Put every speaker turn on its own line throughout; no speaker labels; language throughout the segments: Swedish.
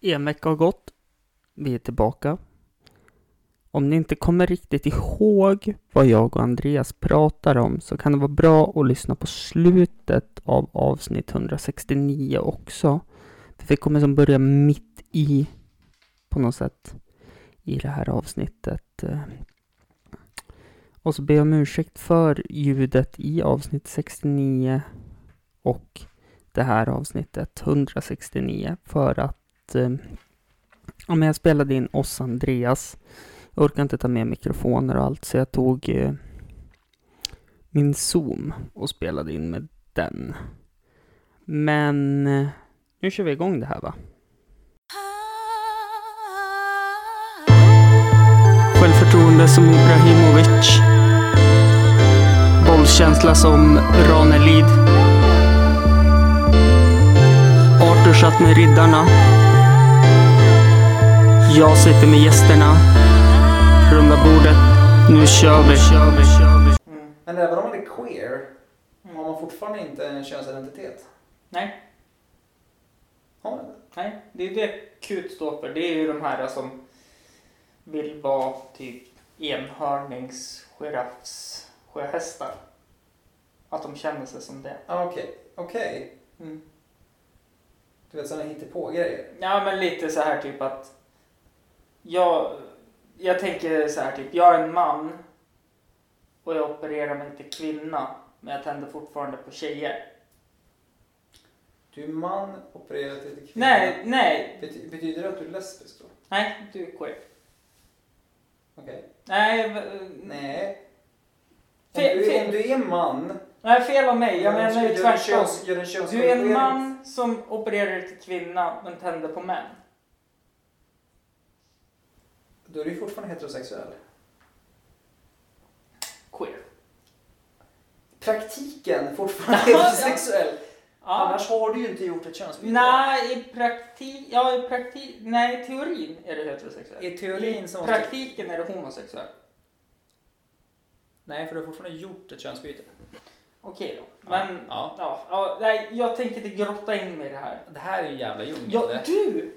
En vecka har gått. Vi är tillbaka. Om ni inte kommer riktigt ihåg vad jag och Andreas pratar om så kan det vara bra att lyssna på slutet av avsnitt 169 också. För vi kommer som börja mitt i, på något sätt, i det här avsnittet. Eh, Och så ber jag om ursäkt för ljudet i avsnitt 69 och det här avsnittet 169 för att att eh, ja, men jag spelade in oss Andreas. Jag orkade inte ta med mikrofoner och allt så jag tog eh, min zoom och spelade in med den. Men eh, nu kör vi igång det här va? Självförtroende som Ibrahimovic. Bollkänsla som Ranelid. Arthur satt med riddarna. Jag sitter med gästerna. Runda bordet. Nu kör vi.
Men även om man är queer har man fortfarande inte en könsidentitet.
Nej,
Har man det?
nej. Det är det KUT står för. Det är ju de här som vill vara typ enhörningsgiraffs sjöhästar. Att de känner sig som det.
Ah, Okej, okej. Du vet sådana hittepå-grejer.
Ja, men lite så här typ att jag, jag tänker så här typ, jag är en man och jag opererar mig till kvinna men jag tänder fortfarande på tjejer.
Du är man, opererad till kvinna.
Nej, nej,
Bety- betyder det att du är lesbisk då?
nej, du är queer.
Okej.
Nej, v-
Nej. Om
Fel-
du, är,
fel.
om du är man.
nej fel av mig, jag
gör en-
menar ju
gör en
tvärtom.
köns- gör en köns-
Du är en man som opererar till kvinna men tänder på män.
Då är du ju fortfarande heterosexuell.
Queer.
Praktiken fortfarande heterosexuell.
Ja.
Annars har du ju inte gjort ett könsbyte.
Nej, i praktik, ja i praktik, nej i teorin är du heterosexuell.
I teorin så
I
måste-
praktiken är du homosexuell.
Nej, för du har fortfarande gjort ett könsbyte.
Okej då.
Ja.
Men ja.
Ja.
Ja, nej, jag tänker inte grotta in mig i det här.
Det här är ju jävla djungel.
Ja, du!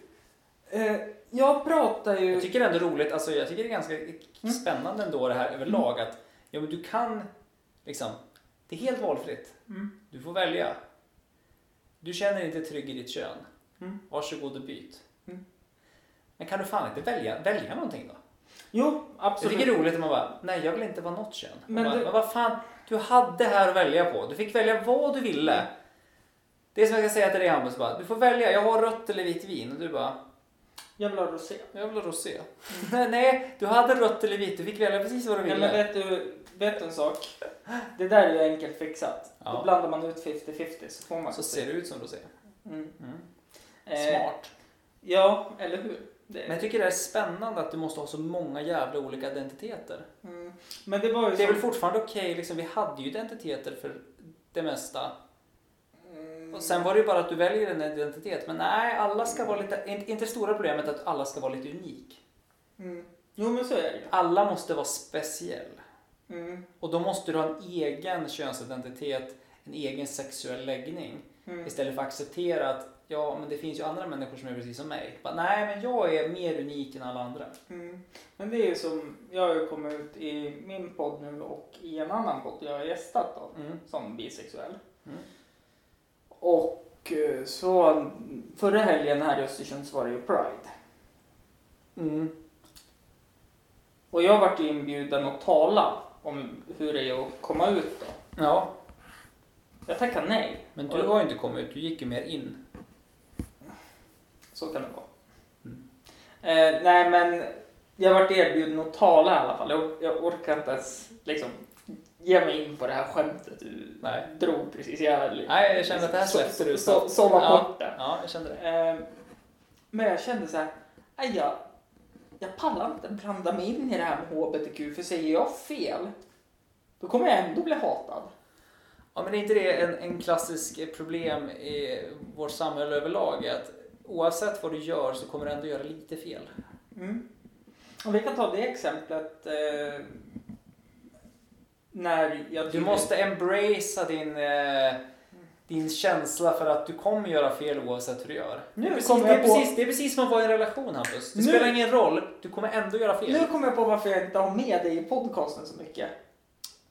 Eh, jag pratar ju...
Jag tycker det är ändå roligt, alltså jag tycker det är ganska
Mm.
spännande ändå det här överlag att ja, men du kan liksom, det är helt valfritt.
Mm.
Du får välja. Du känner dig inte trygg i ditt kön.
Mm.
Varsågod och byt.
Mm.
Men kan du fan inte välja, välja någonting då?
Jo,
Jag
absolut.
tycker det är roligt att man bara, nej jag vill inte vara något kön.
Men
Men, bara,
du-
men vad fan, du hade här att välja på. Du fick välja vad du ville.
Mm.
Det är som jag ska säga till dig Hampus, bara, du får välja, jag har rött eller vitt vin. Och du bara,
Jag vill ha rosé.
jag vill ha rosé. Nej, nej, du hade rött eller vitt. Du fick välja precis vad du
Nej,
ville.
men vet du, vet du en sak? Det där är ju enkelt fixat. Då
Ja.
blandar man ut 50-50 så får man
Så ser det ut som rosé.
Mm.
Mm.
Eh,
Smart.
ja, eller hur? Det,
Men jag tycker det är spännande att du måste ha så många jävla olika identiteter.
mm. men det var ju
Det är väl
som...
fortfarande okej, liksom, vi hade ju identiteter för det mesta.
Mm.
Och sen var det ju bara att du väljer en identitet. Men nej, alla ska vara lite... in- Inte det stora problemet att alla ska vara lite unik.
Mm. Jo, men så är det ju.
Alla måste vara speciell.
Mm.
Och då måste du ha en egen könsidentitet, en egen sexuell läggning.
Mm.
Istället för att acceptera att ja, men det finns ju andra människor som är precis som mig. Bara, Nej, men jag är mer unik än alla andra.
Mm. Men det är ju som, jag har ju kommit ut i min podd nu och i en annan podd jag har gästat då,
Mm.
som bisexuell.
Mm.
Och eh, så förra helgen här i Östersund så var det ju Pride.
Mm.
Och jag vart ju inbjuden att tala om hur det är att komma ut då.
Ja,
Jag tackade nej.
men du har ju inte kommit ut. Du gick ju mer in.
Så kan det vara.
Mm.
Eh, nej men jag vart erbjuden att tala i alla fall. Jag, jag orkar inte ens liksom ge mig in på det här skämtet du
Nej.
drog precis. Jag,
Nej, jag känner att det här släppte du.
Så, så, så var
Ja.
bort det.
Ja, jag kände det.
Eh, men jag kände så här, "Aj, jag, jag pallar inte blanda mig in i det här med HBTQ för säger jag fel då kommer jag ändå bli hatad.
Ja, men är inte det en, en klassisk problem i vårt samhälle överlag? Att oavsett vad du gör så kommer du ändå göra lite fel.
Mm. Och vi kan ta det exemplet eh, när jag
Du
tydligen-
måste embracea din, eh, din känsla för att du kommer göra fel oavsett hur du gör.
Nu
det, är precis,
kommer
det, är
jag på-
precis, det är precis som att vara i en relation Hampus. Det
Nu-
spelar ingen roll, du kommer ändå göra fel.
Nu kommer jag på varför jag inte har med dig i podcasten så mycket.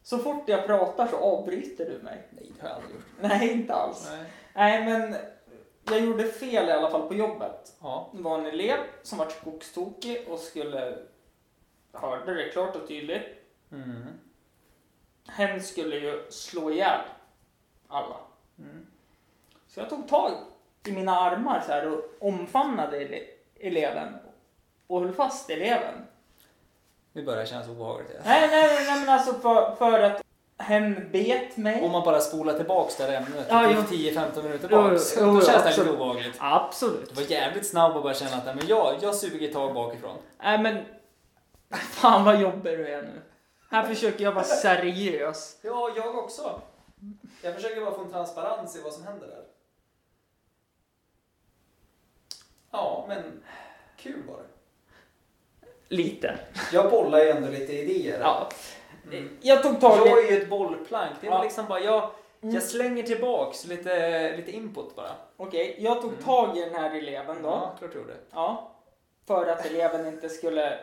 Så fort jag pratar så avbryter du mig.
Nej, det har jag aldrig gjort.
Nej, inte alls. Nej,
Nej.
men jag gjorde fel i alla fall på jobbet.
Ja.
Det var en elev som var skogstokig och skulle... Hörde det klart och tydligt.
Mm.
Hen skulle ju slå ihjäl alla.
Mm.
Så jag tog tag i mina armar så här och omfamnade ele- eleven och höll fast eleven.
Nu börjar det kännas obehagligt. igen.
Nej, nej, nej men alltså för, för att hen bet mig.
Om man bara spolar tillbaks det här ämnet
Ja,
typ
jo.
10-15 minuter
Jo,
bak.
jo,
så
jo,
då
jo,
känns det lite
absolut.
obehagligt.
Absolut.
Du var jävligt snabb och bara känna att nej, men jag, jag suger ett tag bakifrån.
Nej men, fan vad jobbig du är nu. Här försöker jag vara seriös.
Ja, jag också. Jag försöker bara få en transparens i vad som händer där. Ja, men kul var det.
Lite.
Jag bollar ju ändå lite idéer.
Ja.
Mm.
Jag tog tag
Jag
i...
är ju ett bollplank. Det är
Ja.
väl liksom bara, jag,
Mm.
jag slänger tillbaks lite, lite input bara.
Okej, jag tog tag i den här eleven då.
Ja, klart du gjorde.
Ja. För att eleven inte skulle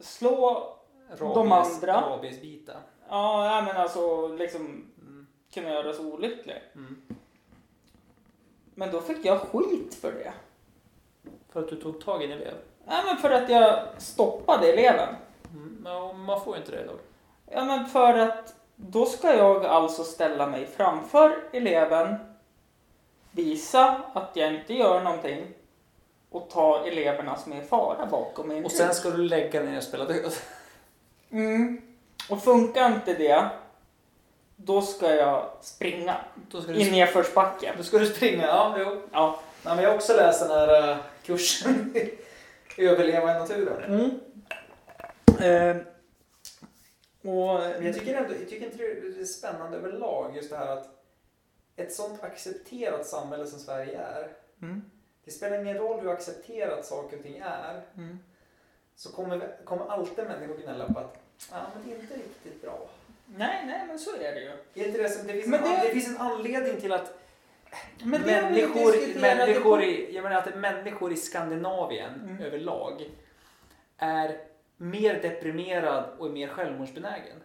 slå
Rabies,
De andra.
Rabiesbita.
Ja, nej, men alltså liksom
Mm.
kunna göra så olycklig.
Mm.
Men då fick jag skit för det.
För att du tog tag i en elev.
Nej, men för att jag stoppade eleven.
Mm. ja, Man får ju inte det idag.
Ja, men för att då ska jag alltså ställa mig framför eleven, visa att jag inte gör någonting och ta eleverna som är i fara bakom mig.
Och sen ska du lägga ner och spela död.
Mm. Och funkar inte det, då ska jag springa
Då ska
i
du,
nedförsbacke.
då ska du springa. Ja, jo.
Ja.
Nej, men jag har också läst den här eh, kursen i Överleva i naturen.
Mm. Eh, och
Men jag tycker, ändå, jag tycker inte det är spännande överlag just det här att ett sånt accepterat samhälle som Sverige är.
Mm.
Det spelar ingen roll hur accepterat saker och ting är.
Mm.
Så kommer, kommer alltid människor gnälla på att ja, men det är inte riktigt bra.
Nej, nej, men så är det ju.
Är inte det, som, det, finns
Men
en,
det-
an- det finns en anledning till att
Men det har vi ju
människor,
diskuterat
människor,
i-
i, jag menar att människor i Skandinavien
Mm.
överlag är mer deprimerad och är mer självmordsbenägen.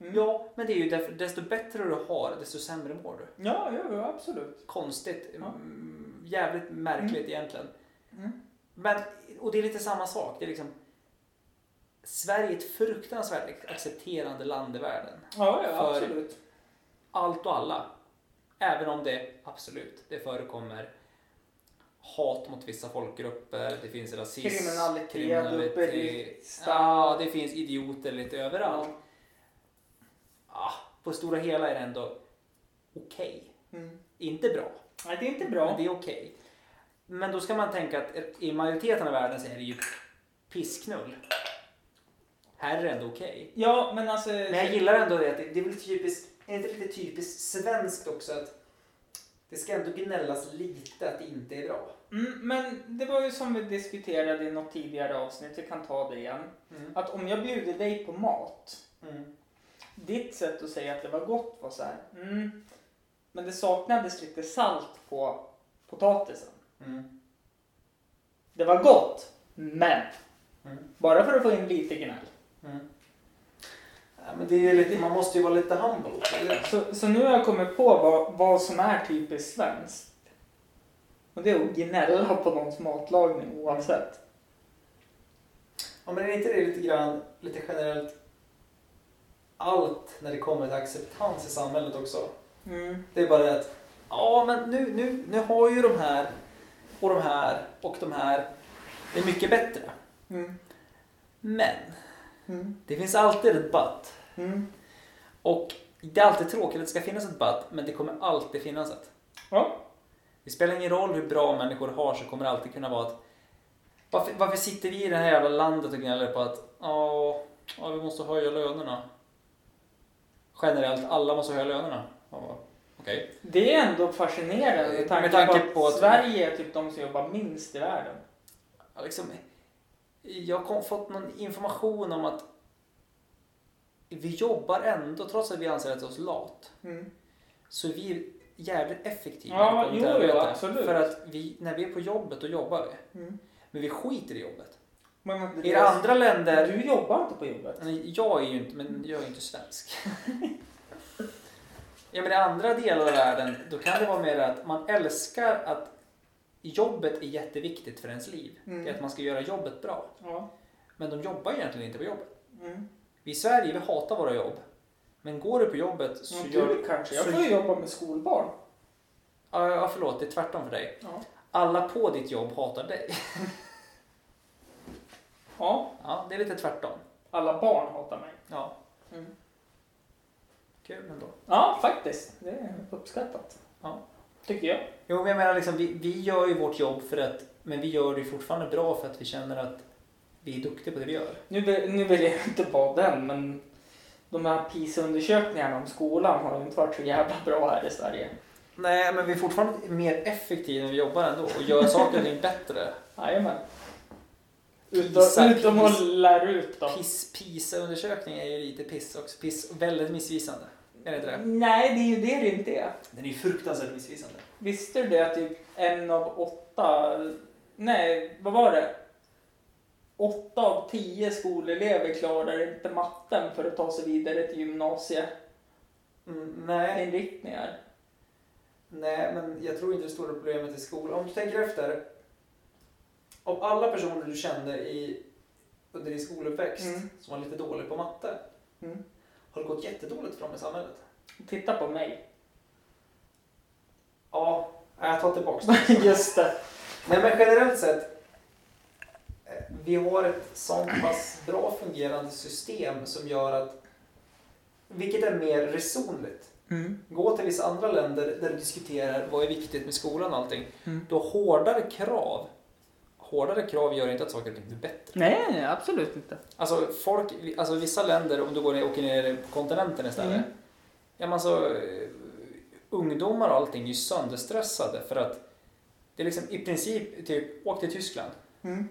Mm.
Ja, men det är ju därför, desto bättre du har, desto sämre mår du.
Ja, ja, ja, absolut.
Konstigt.
Ja.
Mm, Jävligt märkligt egentligen.
Mm.
Men, och det är lite samma sak. Det är liksom, Sverige är ett fruktansvärt accepterande land i världen.
Ja, ja,
För-
absolut.
allt och alla. Även om det absolut, det förekommer hat mot vissa folkgrupper, det finns rasism,
Kriminalitet, uppristad.
ja, det finns idioter lite överallt. Ah, på stora hela är det ändå okej.
Mm.
Inte bra,
Nej, det är inte
men
bra.
det är okej. Men då ska man tänka att i majoriteten av världen så är det ju pissknull. Här är det ändå okej.
Ja, men alltså...
Men jag gillar ändå det. att det- Det är väl typiskt, är det inte lite typiskt svenskt också att det ska ändå gnällas lite att det inte är bra.
Mm, men det var ju som vi diskuterade i något tidigare avsnitt, vi kan ta det igen.
Mm.
Att om jag bjuder dig på mat,
Mm.
ditt sätt att säga att det var gott var så här, mm, men det saknades lite salt på potatisen.
Mm.
Det var gott, men
Mm.
bara för att få in lite gnäll.
Mm. Ja, men det är ju lite, man måste ju vara lite humble. eller?
Så, så nu har jag kommit på vad, vad som är typiskt svenskt. Och det är att gnälla på någons matlagning oavsett.
Ja, men är inte det lite grann, lite generellt allt när det kommer till acceptans i samhället också?
Mm.
Det är bara det att ja, men nu, nu, nu har ju de här och de här och de här det är mycket bättre.
Mm.
Men
Mm.
det finns alltid ett but.
Mm.
Och det är alltid tråkigt att det ska finnas ett but, men det kommer alltid finnas ett.
Ja.
Det spelar ingen roll hur bra människor har så kommer det alltid kunna vara att varför, varför sitter vi i det här jävla landet och gnäller på att ja, ja, vi måste höja lönerna? Generellt, alla måste höja lönerna. Ja, va, Okej.
Det är ändå fascinerande med tanke,
Med tanke
på, att
på att-
Sverige är typ de som jobbar minst i världen.
Ja, Liksom, jag har kom- fått någon information om att vi jobbar ändå, trots att vi anser oss lat,
Mm.
så är vi jävligt effektiva
Ja,
när det kommer till
jo, jo,
arbete.
absolut.
För att vi, när vi är på jobbet då jobbar vi.
Mm.
Men vi skiter i jobbet.
Men alltså-
I
Andreas,
andra länder... Mm.
du jobbar inte på jobbet.
Nej, Jag är ju inte, men jag är ju inte svensk. ja, men I andra delar av världen då kan det vara mer att man älskar att jobbet är jätteviktigt för ens liv.
Mm.
Det är att man ska göra jobbet bra.
Ja.
Men de jobbar egentligen inte på jobbet.
Mm.
Vi i Sverige, vi hatar våra jobb. Men går du på jobbet så
Men
gör
du kanske. Jag
så-
får ju jobba med skolbarn.
Ja, ja, förlåt. Det är tvärtom för dig.
Ja.
Alla på ditt jobb hatar dig.
ja.
Ja, det är lite tvärtom.
Alla barn hatar mig.
Ja.
Mm.
Kul ändå.
Ja, faktiskt. Det är uppskattat.
Ja.
Tycker jag.
Jo, men jag menar liksom, vi, vi gör ju vårt jobb för att, men vi gör det ju fortfarande bra för att vi känner att vi är duktiga på det vi gör.
Nu, vill- nu vill jag inte vara den, men de här PISA-undersökningarna om skolan har ju inte varit så jävla bra här i Sverige.
Nej, men vi är fortfarande mer effektiva när vi jobbar ändå och gör saker och ting bättre.
Jajamän.
PISA,
Utom, utom att
PISA.
lära ut dem.
Piss, PISA-undersökning är ju lite piss också. Piss, väldigt missvisande. Är det inte det?
Nej, det är ju det det inte är.
Den är ju fruktansvärt missvisande.
Visste du det att typ en av åtta, nej vad var det? Åtta av tio skolelever klarar inte matten för att ta sig vidare till
Mm, nej,
gymnasieinriktningar.
nej, men jag tror inte det stora problemet i skolan. Om du tänker efter. Om alla personer du kände i, under din skoluppväxt
Mm.
som var lite dålig på matte
Mm.
har det gått jättedåligt för dem i samhället.
Titta på mig.
Ja, nej, jag tar tillbaks det.
Just det.
Nej men generellt sett. eh, Vi har ett sånt pass bra fungerande system som gör att, vilket är mer resonligt.
Mm.
Gå till vissa andra länder där du diskuterar vad är viktigt med skolan och allting.
Mm.
Du har hårdare krav. Hårdare krav gör inte att saker och ting blir bättre.
Nej, nej, absolut inte.
Alltså, folk, alltså vissa länder, om du går ner, åker ner på kontinenten istället.
Mm.
Ja, men alltså, eh, ungdomar och allting är ju sönderstressade för att det är liksom i princip, typ, åk till Tyskland.
Mm.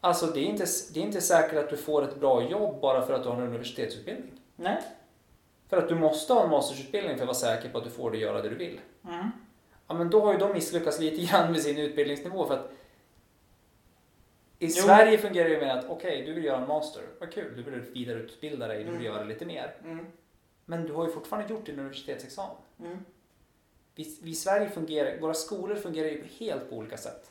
Alltså det är, inte, det är inte säkert att du får ett bra jobb bara för att du har en universitetsutbildning.
Nej.
För att du måste ha en mastersutbildning för att vara säker på att du får det göra det du vill. Ja men då har ju de misslyckats lite grann med sin utbildningsnivå för att i
Jo.
Sverige fungerar det ju med att okej, du vill göra en master, vad kul, du vill vidareutbilda dig, du vill
Mm.
göra lite mer.
Mm.
Men du har ju fortfarande gjort din universitetsexamen.
Mm.
Vi, vi i Sverige fungerar, våra skolor fungerar ju på helt på olika sätt.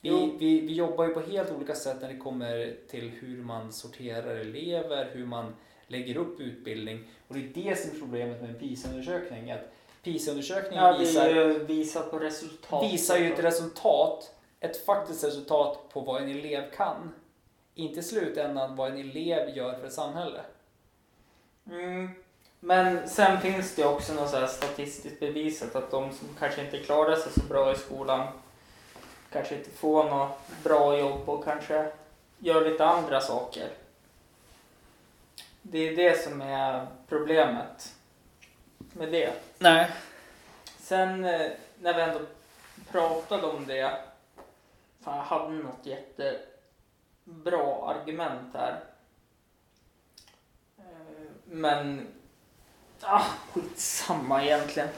Vi,
Jo.
vi, vi jobbar ju på helt olika sätt när det kommer till hur man sorterar elever, hur man lägger upp utbildning. Och det är det som är problemet med en PISA-undersökning. Att PISA-undersökningen
Ja, det är
visar,
ju visat på resultat.
visar ju ett resultat, ett faktiskt resultat på vad en elev kan. Inte i slutändan vad en elev gör för ett samhälle.
Mm. Men sen finns det ju också något så här statistiskt bevisat att de som kanske inte klarar sig så bra i skolan kanske inte får något bra jobb och kanske gör lite andra saker. Det är det som är problemet med det.
Nej.
Sen eh, när vi ändå pratade om det. Fan, jag hade något jättebra argument här. Eh, Men ah, skitsamma egentligen.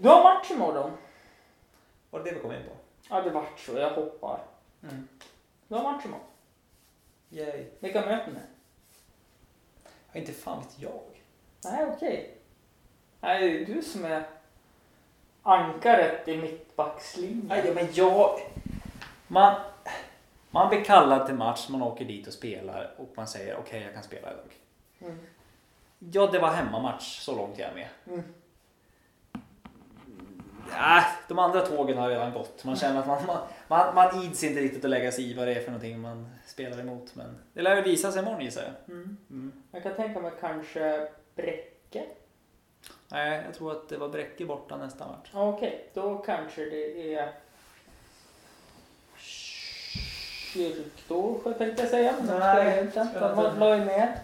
Du har match imorgon.
Var det det vi kom in på?
Ja, det vart så. Jag hoppar.
Mm.
Du har match imorgon.
Yay.
Vilka möter ni?
Ja, inte fan vet jag.
Nej, okej. Nej, det är du som är ankaret i mittbackslinjen.
Nej, men jag... Man, man blir kallad till match, man åker dit och spelar och man säger okej, jag kan spela idag.
Mm.
Ja, det var hemmamatch, så långt jag är med.
Mm.
Äh, de andra tågen har redan gått. Man känner att man, man, man, man ids inte riktigt att lägga sig i vad det är för någonting man spelar emot. Men det lär ju visa sig imorgon gissar jag.
Mm.
Mm.
Jag kan tänka mig kanske Bräcke.
Nej, jag tror att det var Bräcke borta nästa match.
Ja, Okej, då kanske det är kyrkdåsjö tänkte jag säga. men
Nej,
det är inte.
tror jag
De
inte.
la ju ner.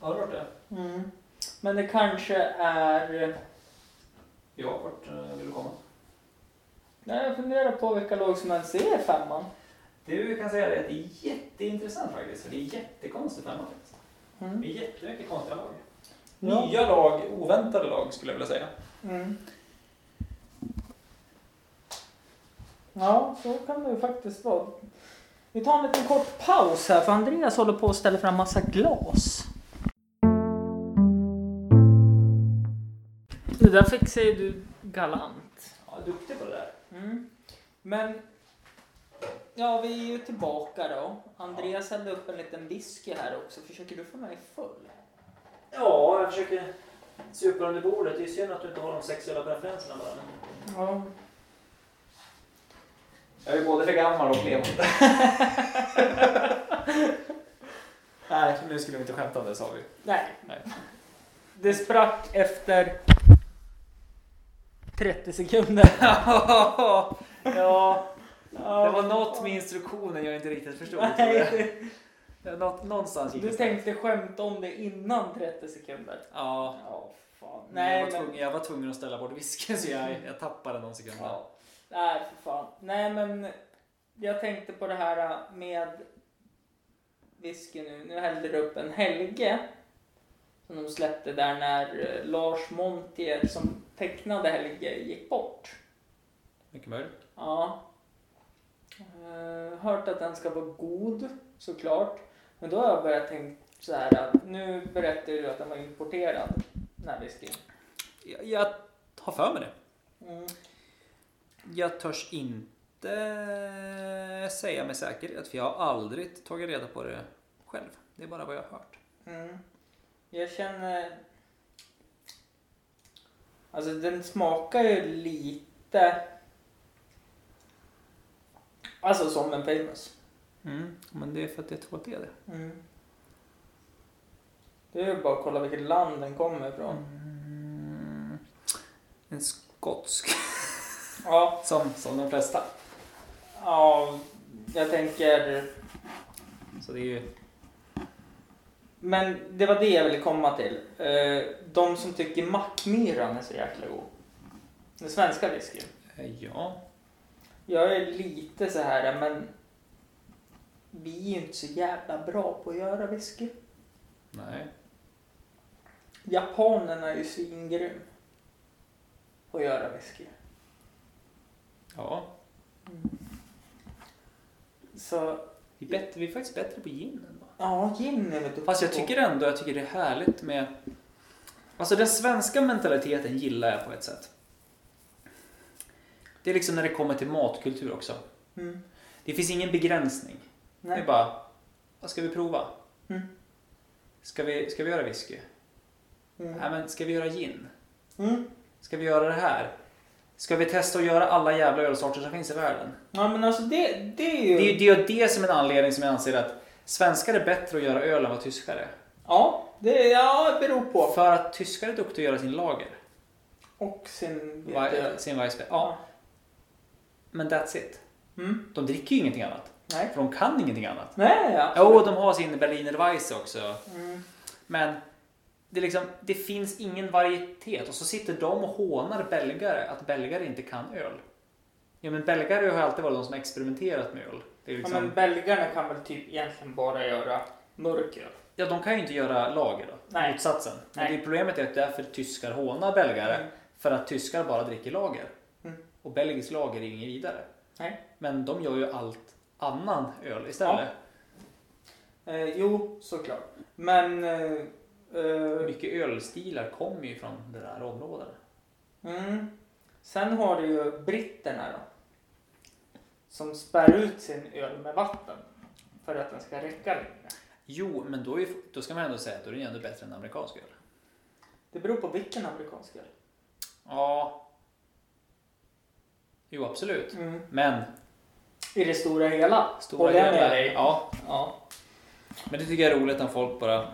Har du varit det?
Mm. Men det kanske är...
Ja, vart eh, vill du komma?
Nej, jag funderar på vilka lag som ens är i femman.
Du kan säga det, det är jätteintressant faktiskt. För det är jättekonstigt hemma faktiskt.
Mm.
Det är jättemycket konstiga lag.
Ja.
Nya lag, oväntade lag skulle jag vilja säga.
Mm. Ja, så kan det ju faktiskt vara. Vi tar en liten kort paus här för Andreas håller på att ställa fram massa glas. Det där fixar ju du galant.
Ja, duktig på det där.
Mm. Men ja, vi är ju tillbaka då. Andreas hällde upp en liten whisky här också. Försöker du få mig full?
Ja, jag försöker supa under bordet. Det är synd att du inte har de sexuella preferenserna bara.
Ja.
Jag är både för gammal och levande. Nej, nu skulle vi inte skämta om det sa vi.
Nej.
Nej.
Det sprack efter 30 sekunder.
ja,
Ja.
det var något med instruktionen jag inte riktigt förstod. tror jag.
Nej,
Det var något- Någonstans gick
du
det.
tänkte skämta om det innan 30 sekunder.
Ja.
Ja, fan.
Nej, jag,
Nej,
var
men...
tvungen, jag var tvungen att ställa bort visken så jag, jag tappade någon sekund. där.
Ja. Nej, för fan. Nej, men jag tänkte på det här med whisky nu. Nu hällde du upp en Helge som de släppte där när eh, Lars Montier som tecknade Helge gick bort.
Mycket möjligt.
Ja. Eh, hört att den ska vara god såklart. Men då har jag börjat tänka så här att nu berättar du att den var importerad. Den här whiskyn.
Jag, jag har för mig det.
Mm.
Jag törs inte säga med säkerhet för jag har aldrig tagit reda på det själv. Det är bara vad jag har hört.
Mm. Jag känner... Alltså den smakar ju lite... Alltså som en famous.
Mm. Men det är för att jag tror att det är det.
Mm. Det är ju bara att kolla vilket land den kommer ifrån.
Mm. En skotsk.
Ja,
Som, som de flesta.
Ja, jag tänker...
Så det är ju...
Men det var det jag ville komma till. Eh, De som tycker Mackmyran är så jäkla god. Den svenska whiskyn.
eh, Ja.
Jag är lite så här, men vi är ju inte så jävla bra på att göra whisky.
Nej.
Japanerna är ju svingrym på att göra whisky.
Ja.
Så
Vi är, bättre, vi är faktiskt bättre på gin än vad
ja, gin är väl duktig
Fast jag
på.
tycker ändå jag tycker det är härligt med... Alltså den svenska mentaliteten gillar jag på ett sätt. Det är liksom när det kommer till matkultur också.
Mm.
Det finns ingen begränsning. Det
Nej.
är bara, vad ska vi prova?
Mm.
Ska vi, ska vi göra whisky?
Mm.
Nej men ska vi göra gin?
Mm.
Ska vi göra det här? Ska vi testa att göra alla jävla ölsorter som finns i världen?
Ja, men alltså det, det är ju...
Det är det, är det som en anledning som jag anser att svenskar är bättre att göra öl än vad tyskar är.
Ja, det ja, det beror på.
För att tyskar är duktiga att göra sin lager.
Och sin
Vi-
veteöl.
Sin Weissbier. Ja, men that's it.
Mm.
De dricker ju ingenting annat.
Nej.
För de kan ingenting annat.
Nej,
Jo,
absolut.
de har sin Berliner Weisse också.
Mm.
Men det, är liksom, det finns ingen varietet. Och så sitter de och hånar belgare att belgare inte kan öl. Ja, men belgare har ju alltid varit de som har experimenterat med öl. Det är
Ja,
liksom, ja,
men belgarna kan väl typ egentligen bara göra mörker.
de kan ju inte göra lager då.
Nej.
Motsatsen. Men
Nej.
Det problemet är att därför tyskar hånar belgare.
Mm.
För att tyskar bara dricker lager.
Mm.
Och belgisk lager är ju inget vidare.
Nej.
Men de gör ju allt annan öl istället.
Eh, jo, såklart. Men... Eh, eh,
Mycket ölstilar kommer ju från det där området.
mm. Sen har du ju britterna då. Som spär ut sin öl med vatten. För att den ska räcka längre.
Jo, men då, är, då ska man ändå säga att då är det ju ändå bättre än amerikansk öl.
Det beror på vilken amerikansk öl.
Ja. Jo, absolut.
Mm.
Men.
I det stora hela.
Stora
Håller jag
delar-
med dig?
Ja,
Ja.
men det tycker jag är roligt när folk bara.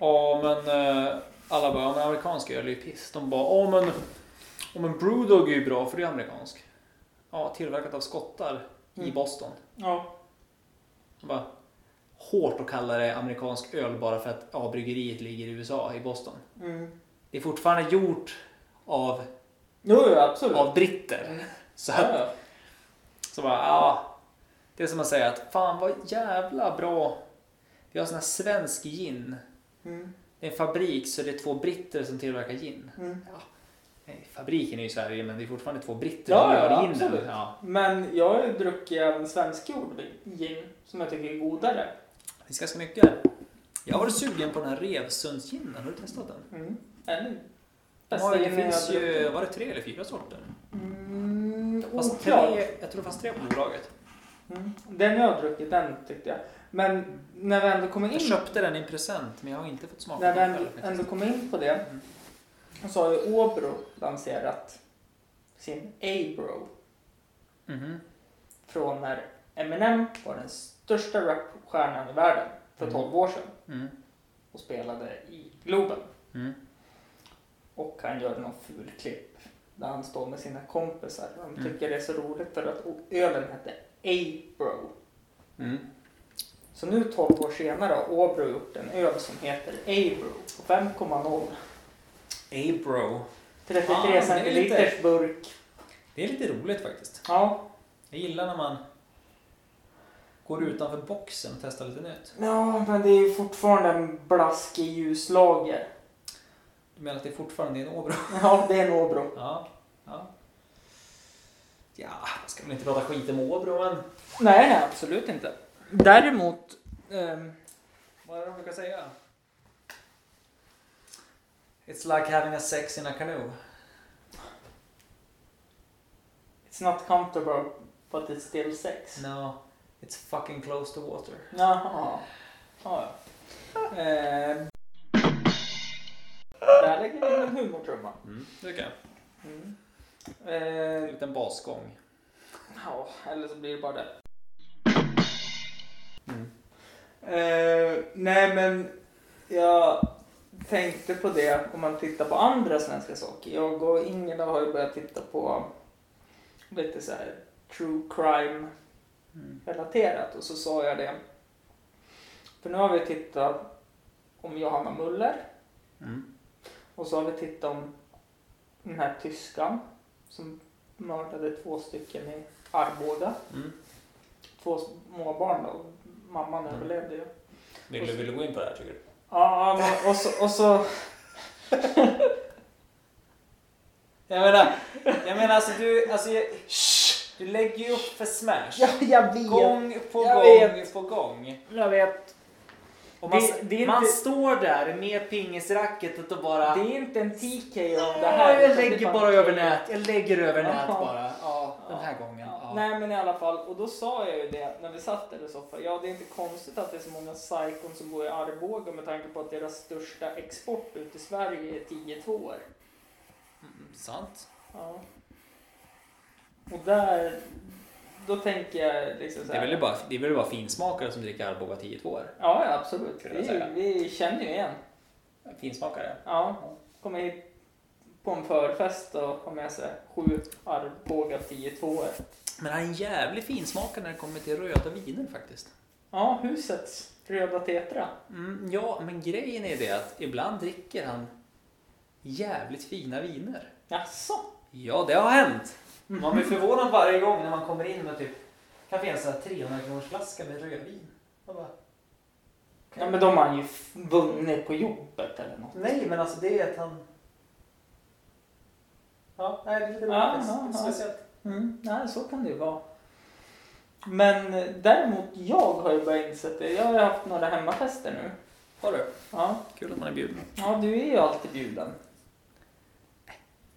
Ja, men eh, alla bara, ja, men amerikansk öl är ju piss. De bara, ja men, ja, men Brewdog är ju bra för det är amerikansk. Ja, tillverkat av skottar i
Mm.
Boston.
Ja.
Bara, hårt att kalla det amerikansk öl bara för att ja, bryggeriet ligger i USA, i Boston.
Mm.
Det är fortfarande gjort av,
Jo, jo, absolut.
av britter. Så, att,
Ja.
så bara, ja. Det är som att säga att fan vad jävla bra. Vi har sån här svensk gin.
Mm.
Det en fabrik så det är två britter som tillverkar gin.
Mm.
Nej, Fabriken är ju i Sverige men det är fortfarande två britter
Ja,
som
ja,
gör ginen.
absolut.
Ja.
Men jag har ju druckit även svenskgjord gin som jag tycker är godare.
Det finns ganska mycket. Jag har varit sugen på den här Revsundsginen. Har du testat den?
Mm. Eller
Ja,
bästa
det
ginen jag
finns
har druckit.
ju, var det tre eller fyra sorter?
Mm,
Fast
oklart.
tre, jag tror det fanns tre på bolaget.
Mm. Den jag har druckit, den tyckte jag. Men när vi ändå kommer in,
Jag köpte den i en present men jag har inte fått smaka
när vi
den
ändå,
själv.
ändå kommer in på det
Mm.
så har ju Åbro lanserat sin A-bro
Mhm.
från när Eminem var den största rapstjärnan i världen för
Mm.
12 år sedan
Mm.
och spelade i Globen.
Mm.
Och han gör någon ful klipp där han står med sina kompisar. De
Mm.
tycker det är så roligt för att o- ölen hette A-bro.
Mm.
Så nu 12 år senare har Åbro gjort en öl som heter A-bro på 5,0.
Abro.
33
Ah, men det är lite-
centiliters burk.
Det är lite roligt faktiskt.
Ja.
Jag gillar när man går utanför boxen och testar lite nytt.
ja, men det är ju fortfarande en blaskig ljuslager.
Du menar att det fortfarande är en Åbro?
Ja, det är en Åbro.
Ja. Ja, ja jag ska väl inte prata skit om Åbro men
Nej, nej, absolut inte. Däremot, ehm,
vad är det de brukar säga? It's like having a sex in a canoe.
it's not comfortable but it's still sex.
No, it's fucking close to water.
Jaha. Ja, ja. Ehm. Där lägger vi in en humortrumma.
Mm, det kan jag.
Mm.
En
Ehm,
liten basgång.
ja, eller så blir det bara det.
Mm.
Eh, nej men jag tänkte på det om man tittar på andra svenska saker. Jag och Ingela har ju börjat titta på lite så här true crime
Mm.
relaterat och så sa jag det. För nu har vi tittat om Johanna Muller
Mm.
och så har vi tittat om den här tyskan som mördade två stycken i Arboga.
Mm.
Två småbarn då. Mamman överlevde ju.
Vill, du, vill du gå in på det här tycker du?
Ja, men och så... Och så
Jag menar, jag menar alltså du, alltså jag, du lägger ju upp för smash.
jag vet.
Gång på
Jag
gång på gång.
Jag vet.
Och man,
Det- det är
man
inte-
står där med pingisracket och bara...
Det är inte en TK om det
"Åh,
här.
jag
utan det är
lägger
en
bara över
TK.
nät. Jag lägger över
Ja.
nät bara. Ja, den här gången.
Ja.
Ja.
Nej men i alla fall, och då sa jag ju det när vi satt där i soffan. Ja det är inte konstigt att det är så många psykon som bor i Arboga med tanke på att deras största export ut i Sverige är 10 år.
Mm, sant.
Ja. Och där, då tänker jag liksom så
Det är
här.
väl bara, det är väl bara finsmakare som dricker Arboga 10 år.
Ja, ja absolut.
Skulle jag
Vi,
säga.
vi känner ju igen.
Finsmakare.
Ja, kommer hit på en förfest och har med sig sju Arboga 10 år.
Men han är en jävlig finsmakare när det kommer till röda viner faktiskt.
Ja, husets röda tetra.
Mm, ja, men grejen är det att ibland dricker han jävligt fina viner.
Jaså?
Ja, det har hänt. Man blir förvånad varje gång när man kommer in med typ, kan finnas en sån här 300 kronors flaska med rödvin. Man bara,
Ja, men de har han ju f- vunnit på jobbet eller något.
Nej, men alltså det är att han... Ja, nej, det är lite
Ja,
roligt.
ja, ja.
speciellt.
Mm, nej, så kan det ju vara. Men eh, däremot, jag har ju börjat inse det. Jag har ju haft några hemmafester nu.
Har du?
Ja,
Kul att man är bjuden.
ja du är ju alltid bjuden.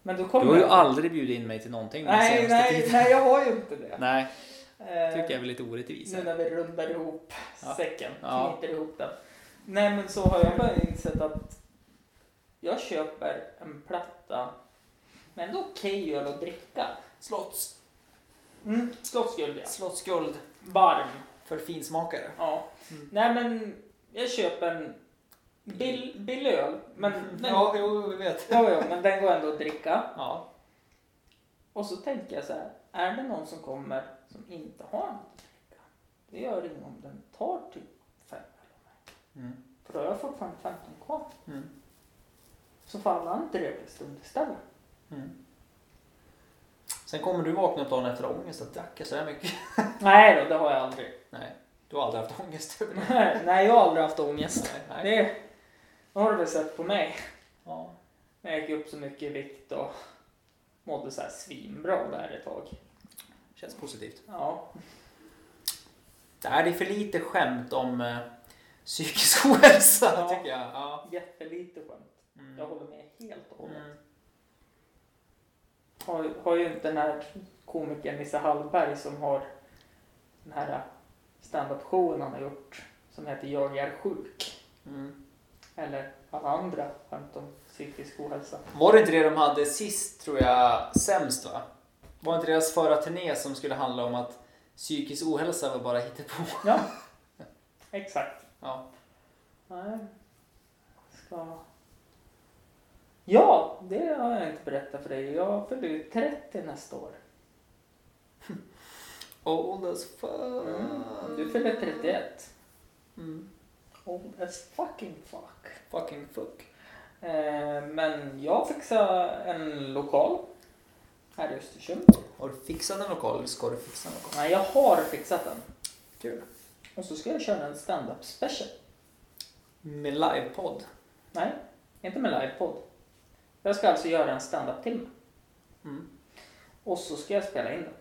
Men du
Du
kommer
har ju aldrig bjudit in mig till någonting den
Nej,
senaste
nej,
tiden.
nej, jag har ju inte det.
Nej,
Eh,
tycker jag är väl lite orättvist.
Nu när vi rundar ihop
Ja.
säcken,
Ja.
knyter ihop den. Nej men så har jag börjat insett att jag köper en platta med ändå okej öl att dricka.
Slotts.
Mm, Slottsguld ja.
Slottsguld.
Varm.
För finsmakare.
Ja.
Mm.
Nej men jag köper en bill, billig öl. Men, den,
Mm. Ja,
ja.
jo, vi vet.
Ja, ja, men den går ändå att dricka.
Ja.
Och så tänker jag så här, är det någon som kommer som inte har något att dricka? Det gör ingen om den tar typ fem.
Mm.
För då har jag fortfarande 15 kvar.
Mm.
Så faller han inte det på stundstället.
Mm. Sen kommer du vakna upp dagen efter av ångest att drack jag sådär mycket?
Nej då, det har jag aldrig.
Nej, du har aldrig haft ångest över det.
Nej, jag har aldrig haft ångest.
Nej, nej.
Det, Nu har du väl sett på mig.
Ja.
När jag gick upp så mycket i vikt och mådde så här svinbra där ett tag.
Känns positivt.
Ja.
Nej, det är för lite skämt om eh, psykisk ohälsa
Ja.
tycker jag. Ja.
Jättelite skämt.
Mm.
Jag håller med helt och hållet.
Mm.
Har, har ju inte den här komikern Nisse Hallberg som har den här standup-showen han har gjort som heter Jag är sjuk.
Mm.
Eller alla andra skämt om psykisk ohälsa.
Var det inte det de hade sist tror jag, sämst va? Var inte deras förra turné som skulle handla om att psykisk ohälsa var bara hittepå?
Ja, exakt.
Ja.
Nej. Ska... Ja, det har jag inte berättat för dig. Jag fyller ju 30 nästa år.
Old as fuck.
Du fyller 31.
Mm.
Old as fucking fuck.
Fucking fuck.
Eh, men jag fixade en lokal här i Östersund.
Har du fixat en lokal eller ska du fixa en lokal?
Nej, jag har fixat den.
Kul.
Och så ska jag köra en stand-up special.
Med livepodd.
Nej, inte med livepodd. Jag ska alltså göra en stand-up timme
Mm.
och så ska jag spela in den.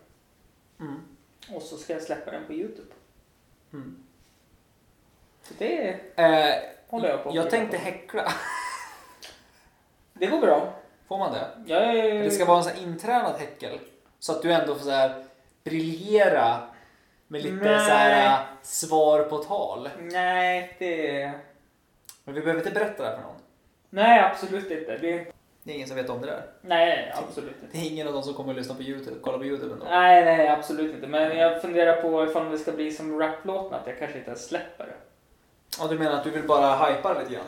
Mm.
Och så ska jag släppa den på Youtube.
Mm.
Så det
Eh,
håller jag på att
jag
fundera
tänkte
på.
häckla.
Det går bra.
Får man det?
Jag är...
Det ska vara en sån här intränad häckel. Så att du ändå får så här briljera med lite
Nej.
så här äh, svar på tal.
Nej, det...
Men vi behöver inte berätta det här för någon.
Nej, absolut inte. Det...
Det är ingen som vet om det där.
Nej, absolut inte.
Det är ingen av dem som kommer att lyssna på YouTube, kolla på YouTube ändå.
Nej, nej, absolut inte. Men jag funderar på ifall det ska bli som raplåten, att jag kanske inte ens släpper det.
Ja, du menar att du vill bara hypa det lite grann?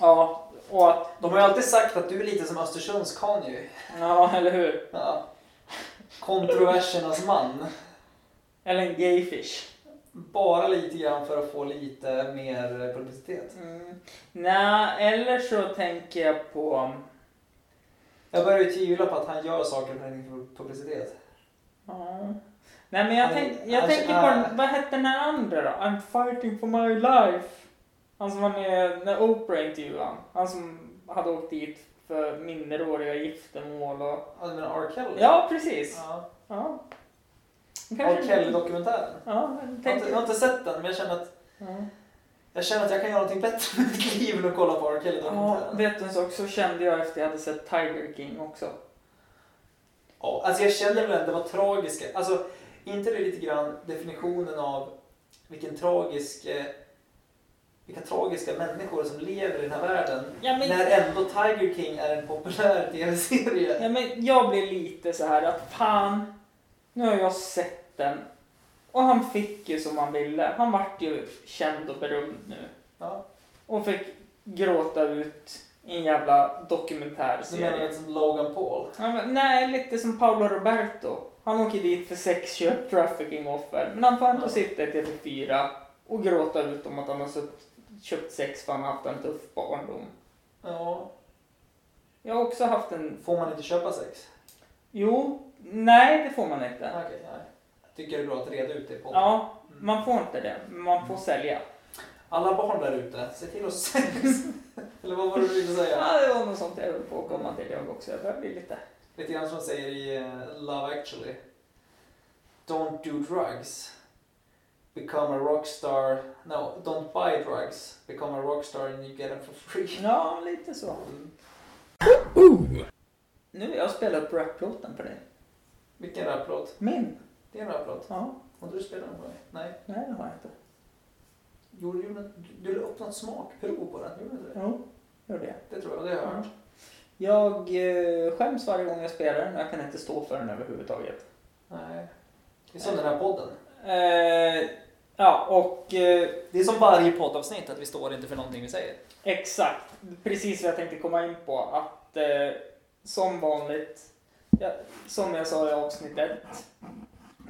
Ja, och att...
De har ju alltid sagt att du är lite som Östersunds Kanye.
Ja, eller hur?
Ja. Kontroversernas man.
Eller en gayfish.
Bara lite grann för att få lite mer publicitet.
Mm. Nej, eller så tänker jag på...
Jag börjar ju tvivla på att han gör saker för ingen publicitet.
Ja. Nej, men jag,
Nej,
tänk, jag
alltså,
tänker på den,
nej.
Vad hette den här andra då? I'm fighting for my life. Han som var med när Oprah intervjuade han. Han som hade åkt dit för minderåriga giftermål och...
Ja, du menar R. Kelly?
Ja, precis.
Ja.
Ja.
R.
Kanske...
Kelly-dokumentären.
Ja,
Jag har, inte,
jag
Alltså, jag har
tänker...
inte sett den, men jag känner att
Ja.
jag, känner att jag kan göra någonting bättre med mitt liv än att kolla på R.
Ja,
Kelly-dokumentären.
vet du en sak? Så kände jag efter jag hade sett Tiger King också.
Ja, alltså jag känner väl att det var tragiska. Alltså, inte det lite grann definitionen av vilken tragisk... eh, Vilka tragiska människor som lever i den här världen.
Ja, men-
När ändå Tiger King är en populär tv-serie.
Nej, men jag blir lite så här att fan, nu har jag sett den. Och han fick ju som han ville. Han vart ju känd och berömd nu.
Ja,
Och fick gråta ut i en jävla
du menar
dokumentärserie.
lite som Logan Paul?
Ja, men, nej, lite som Paolo Roberto. Han åker dit för sexköp, trafficking offer. Men han får ändå
Ja.
sitta i TV4 och gråta ut om att han har sutt- köpt sex för han har haft en tuff barndom.
Ja.
Jag har också haft en...
Får man inte köpa sex?
Jo, nej det får man inte.
Okej, nej. Tycker det är bra att reda ut det på. Mm.
Ja, man får inte det. men Man får sälja.
Alla barn där ute, se till att sex. Eller vad var det du ville säga?
Ja, det var något sånt jag höll på att komma till jag också. Jag börjar bli lite...
Lite grann som man säger i eh, Love actually. Don't do drugs. Become a rockstar. No, don't buy drugs. Become a rockstar and you get them for free.
Ja, lite så.
Mm.
Nu vill jag spela upp raplåten för dig.
Vilken rapplåt?
Min?
Det är en rapplåt.
Ja,
Har du spelat den på mig? Nej.
nej det har jag inte.
Jo, du, gjorde- du, du la upp något smakprov på den, gjorde du inte det?
Jo, gör det.
Det tror jag, det har jag hört.
Jag eh, skäms varje gång jag spelar den och jag kan inte stå för den överhuvudtaget.
Nej. Det är som den här podden.
Eh, ja, och eh,
Det är som varje poddavsnitt att vi står inte för någonting vi säger.
Exakt, precis vad jag tänkte komma in på. Att eh, som vanligt, ja, som jag sa i avsnittet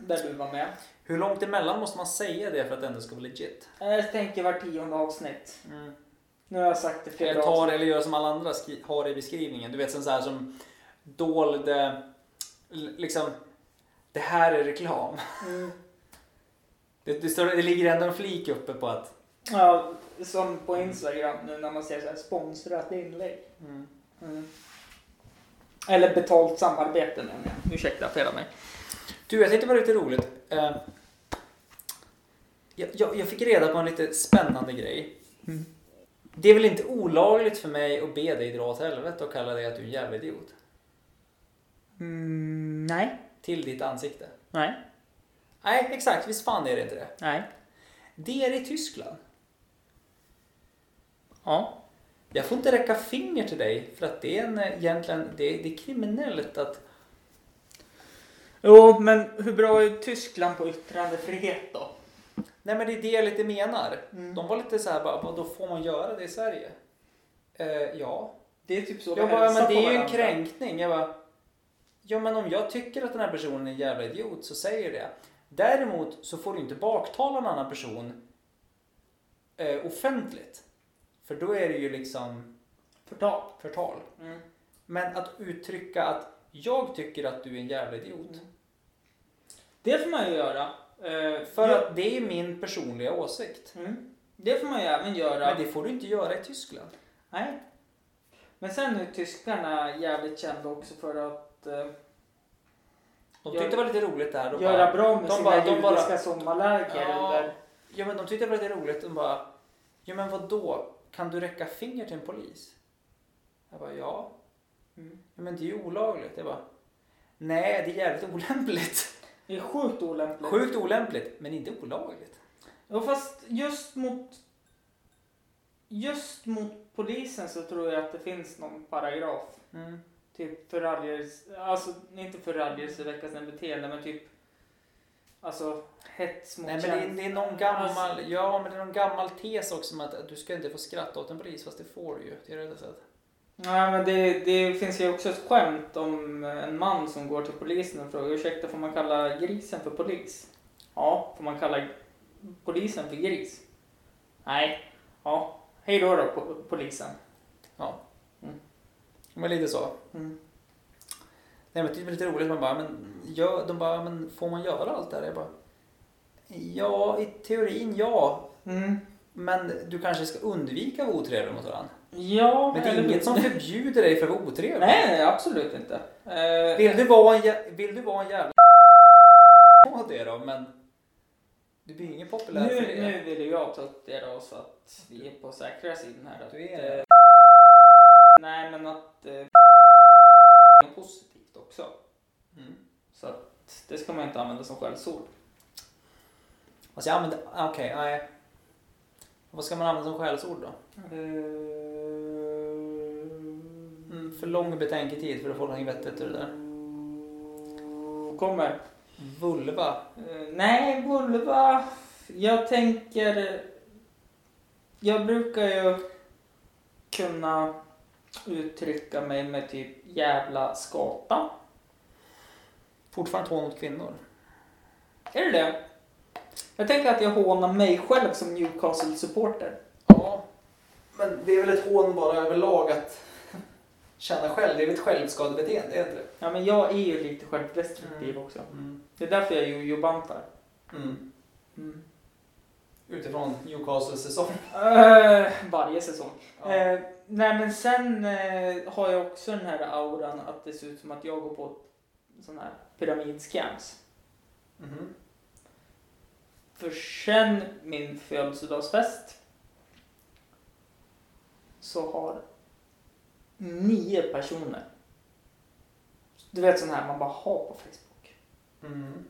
där du var med.
Hur långt emellan måste man säga det för att det ändå ska vara legit?
Jag tänker var tionde avsnitt.
Mm.
Nu har jag sagt det flera
Eller ta
avsnitt.
det eller göra som alla andra skri- har i beskrivningen. Du vet sån så här som dold... eh, l- Liksom, det här är reklam.
Mm.
Det, det, står, det ligger ändå en flik uppe på att
Ja, som på Instagram nu när man ser så här sponsrat inlägg.
Mm.
Mm. Eller betalt samarbete menar jag. Ursäkta, fela mig.
Du, jag tänkte på lite roligt. Eh, jag, jag, jag fick reda på en lite spännande grej.
Mm.
Det är väl inte olagligt för mig att be dig dra åt helvete och kalla dig att du är en jävla idiot?
Mm, nej.
Till ditt ansikte.
Nej.
Nej, exakt. Visst fan är det inte det.
Nej.
Det är i Tyskland.
Ja.
Jag får inte räcka finger till dig för att det är en, eh, egentligen det, det är kriminellt att...
Jo, men hur bra är Tyskland på yttrandefrihet då?
Nej men det är det jag lite menar.
Mm.
De var lite så här bara, då får man göra det i Sverige? Eh, ja.
Det är typ så
Jag
vi
bara,
hälsar
men det
på
är ju en
varandra.
kränkning. Jag bara, ja men om jag tycker att den här personen är en jävla idiot så säger jag det. Däremot så får du inte baktala en annan person eh, offentligt. För då är det ju liksom
Förtal.
förtal.
Mm.
Men att uttrycka att jag tycker att du är en jävla idiot.
Mm. Det får man ju göra. Eh,
För
ja.
att det är min personliga åsikt.
mm. Det får man ju även göra.
Men det får du inte göra i Tyskland.
Nej. Men sen är tyskarna jävligt kända också för att eh,
De tyckte det var lite roligt där. och
göra
bara-
bra med
de
sina
bara- de
judiska
bara-
sommarläger.
Ja.
Eller,
Ja men de tyckte det var lite roligt. De bara, ja men vad då? Kan du räcka finger till en polis? Jag bara, ja.
mm.
ja men det är ju olagligt. Jag bara, nej det är jävligt olämpligt.
Det är sjukt olämpligt.
Sjukt olämpligt, men inte olagligt.
Ja, fast just mot just mot polisen så tror jag att det finns någon paragraf.
Mm.
Typ förargelse, alltså inte förargelse, väckande beteende, men typ alltså hets mot
Nej men det är, det är någon
Alltså-
gammal, ja men det är någon gammal tes också om att att du ska inte få skratta åt en polis, fast det får du ju. Det är det enda sättet.
Nej, men det, det finns ju också ett skämt om eh, en man som går till polisen och frågar ursäkta, får man kalla grisen för polis? Ja, får man kalla polisen för gris? Nej. Ja, hej då då po- polisen.
Ja.
Mm.
Men lite så.
Mm.
Nej men det är lite roligt, man bara, men, ja, de bara, men får man göra allt det här? Jag bara, ja i teorin ja,
Mm.
men du kanske ska undvika att vara otrevlig mot varandra.
Ja,
Men det är
eller-
inget som förbjuder dig för att vara otrevlig.
Nej, nej, absolut inte. Eh,
Vill du vara en, jä- vill du vara en jävla på det då, men du blir ju ingen populär för
nu,
det.
nu vill jag ta upp det då så att vi är på säkra sidan här. Att,
Du är-
eh, nej, men att eh, är positivt också.
Mm.
Så att det ska man inte använda som skällsord.
Alltså jag använder, okej, nej. Vad ska man använda som skällsord då?
Eh.
Mm, för lång betänketid för att få någonting vettigt ur det där.
Kommer.
Vulva.
Eh, nej, vulva. Jag tänker... Jag brukar ju kunna uttrycka mig med typ jävla skata.
Fortfarande hån mot kvinnor.
Är det det? Jag tänker att jag hånar mig själv som Newcastle-supporter.
Ja, men det är väl ett hån bara överlag att känna själv. Det är väl ett självskadebeteende, är det inte det?
Ja, men jag är ju lite självdestruktiv också.
Mm.
Det är därför jag jojo-bantar. Mm.
Utifrån Newcastles säsong.
Eh, varje säsong.
Ja.
Eh, nej men sen eh, har jag också den här auran att det ser ut som att jag går på sån här pyramidskams.
Mhm.
För sen min födelsedagsfest så har nio personer. Du vet sån här man bara har på Facebook.
Mhm.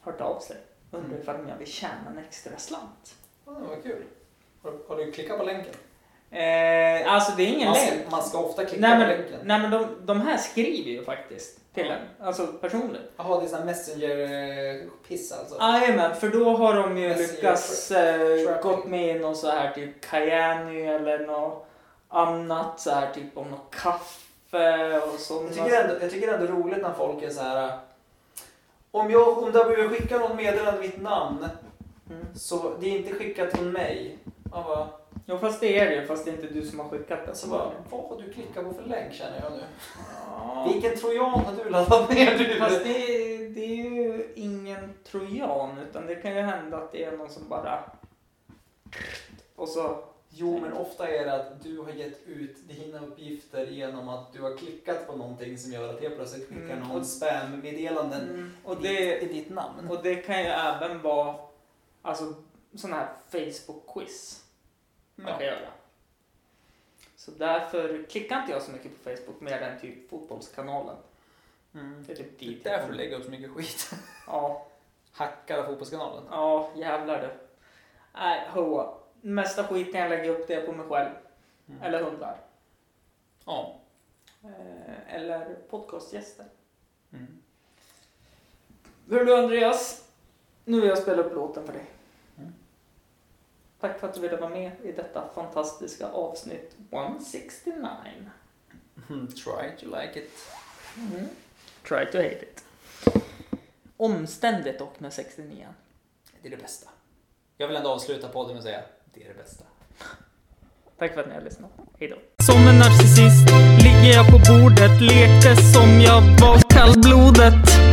Hört av sig. Undrar
Mm.
ifall jag vill tjäna en extra slant.
Ja, det var kul. Har, har du klickat på länken?
Eh, alltså det är ingen
man,
länk.
ska, man ska ofta klicka
Nej
på
men,
länken.
nej men de, de här skriver ju faktiskt till
Ja.
en. Alltså personligt.
Jaha, det är sån här messenger-piss alltså.
Jajamän, för då har de ju
Jag ser
lyckats eh,
tracking.
gått med i någon så här typ Cayenne eller något annat så här typ om något kaffe och
Jag
sånt.
tycker, ändå, jag tycker det är ändå roligt när folk är så här. äh, Om, jag, om du behöver skicka något meddelande med mitt namn
Mm.
så det är inte skickat från mig. Man bara,
Ja fast det är det ju, fast det är inte du som har skickat det.
alltså bara, vad har du klickat på för länk känner jag nu?
Ja.
Vilken trojan har du laddat ner du?
Fast det, är- det är ju ingen trojan utan det kan ju hända att det är någon som bara Och så,
Jo, men ofta är det att du har gett ut dina uppgifter genom att du har klickat på någonting som gör att helt plötsligt skickar
Mm,
någon
och-
spam-meddelanden
mm, och
i
det,
ditt- i ditt namn.
Och det kan ju även vara alltså, sådana här Facebook-quiz man
Ja.
kan göra. Så därför klickar inte jag så mycket på Facebook mer än typ fotbollskanalen.
Mm.
Det är typ
Det är
dit
därför du
kommer.
lägger upp så mycket skit.
Ja,
Hackar av Fotbollskanalen.
ja, jävlar du. Nej, hoa. Mesta skiten jag lägger upp det är på mig själv.
Mm.
Eller hundar.
Ja.
Eh, Eller podcastgäster.
Mm.
Hör du Andreas, nu vill jag spela upp låten för dig.
Mm.
Tack för att du ville vara med i detta fantastiska avsnitt 169.
Mm. Try to like it.
Mm. Try to hate it. Omständigt dock med 69.
Det är det bästa. Jag vill ändå avsluta podden med att säga det är det bästa.
Tack för att ni har lyssnat. Hejdå.
Som en narcissist ligger jag på bordet, lekte som jag var kallblodet.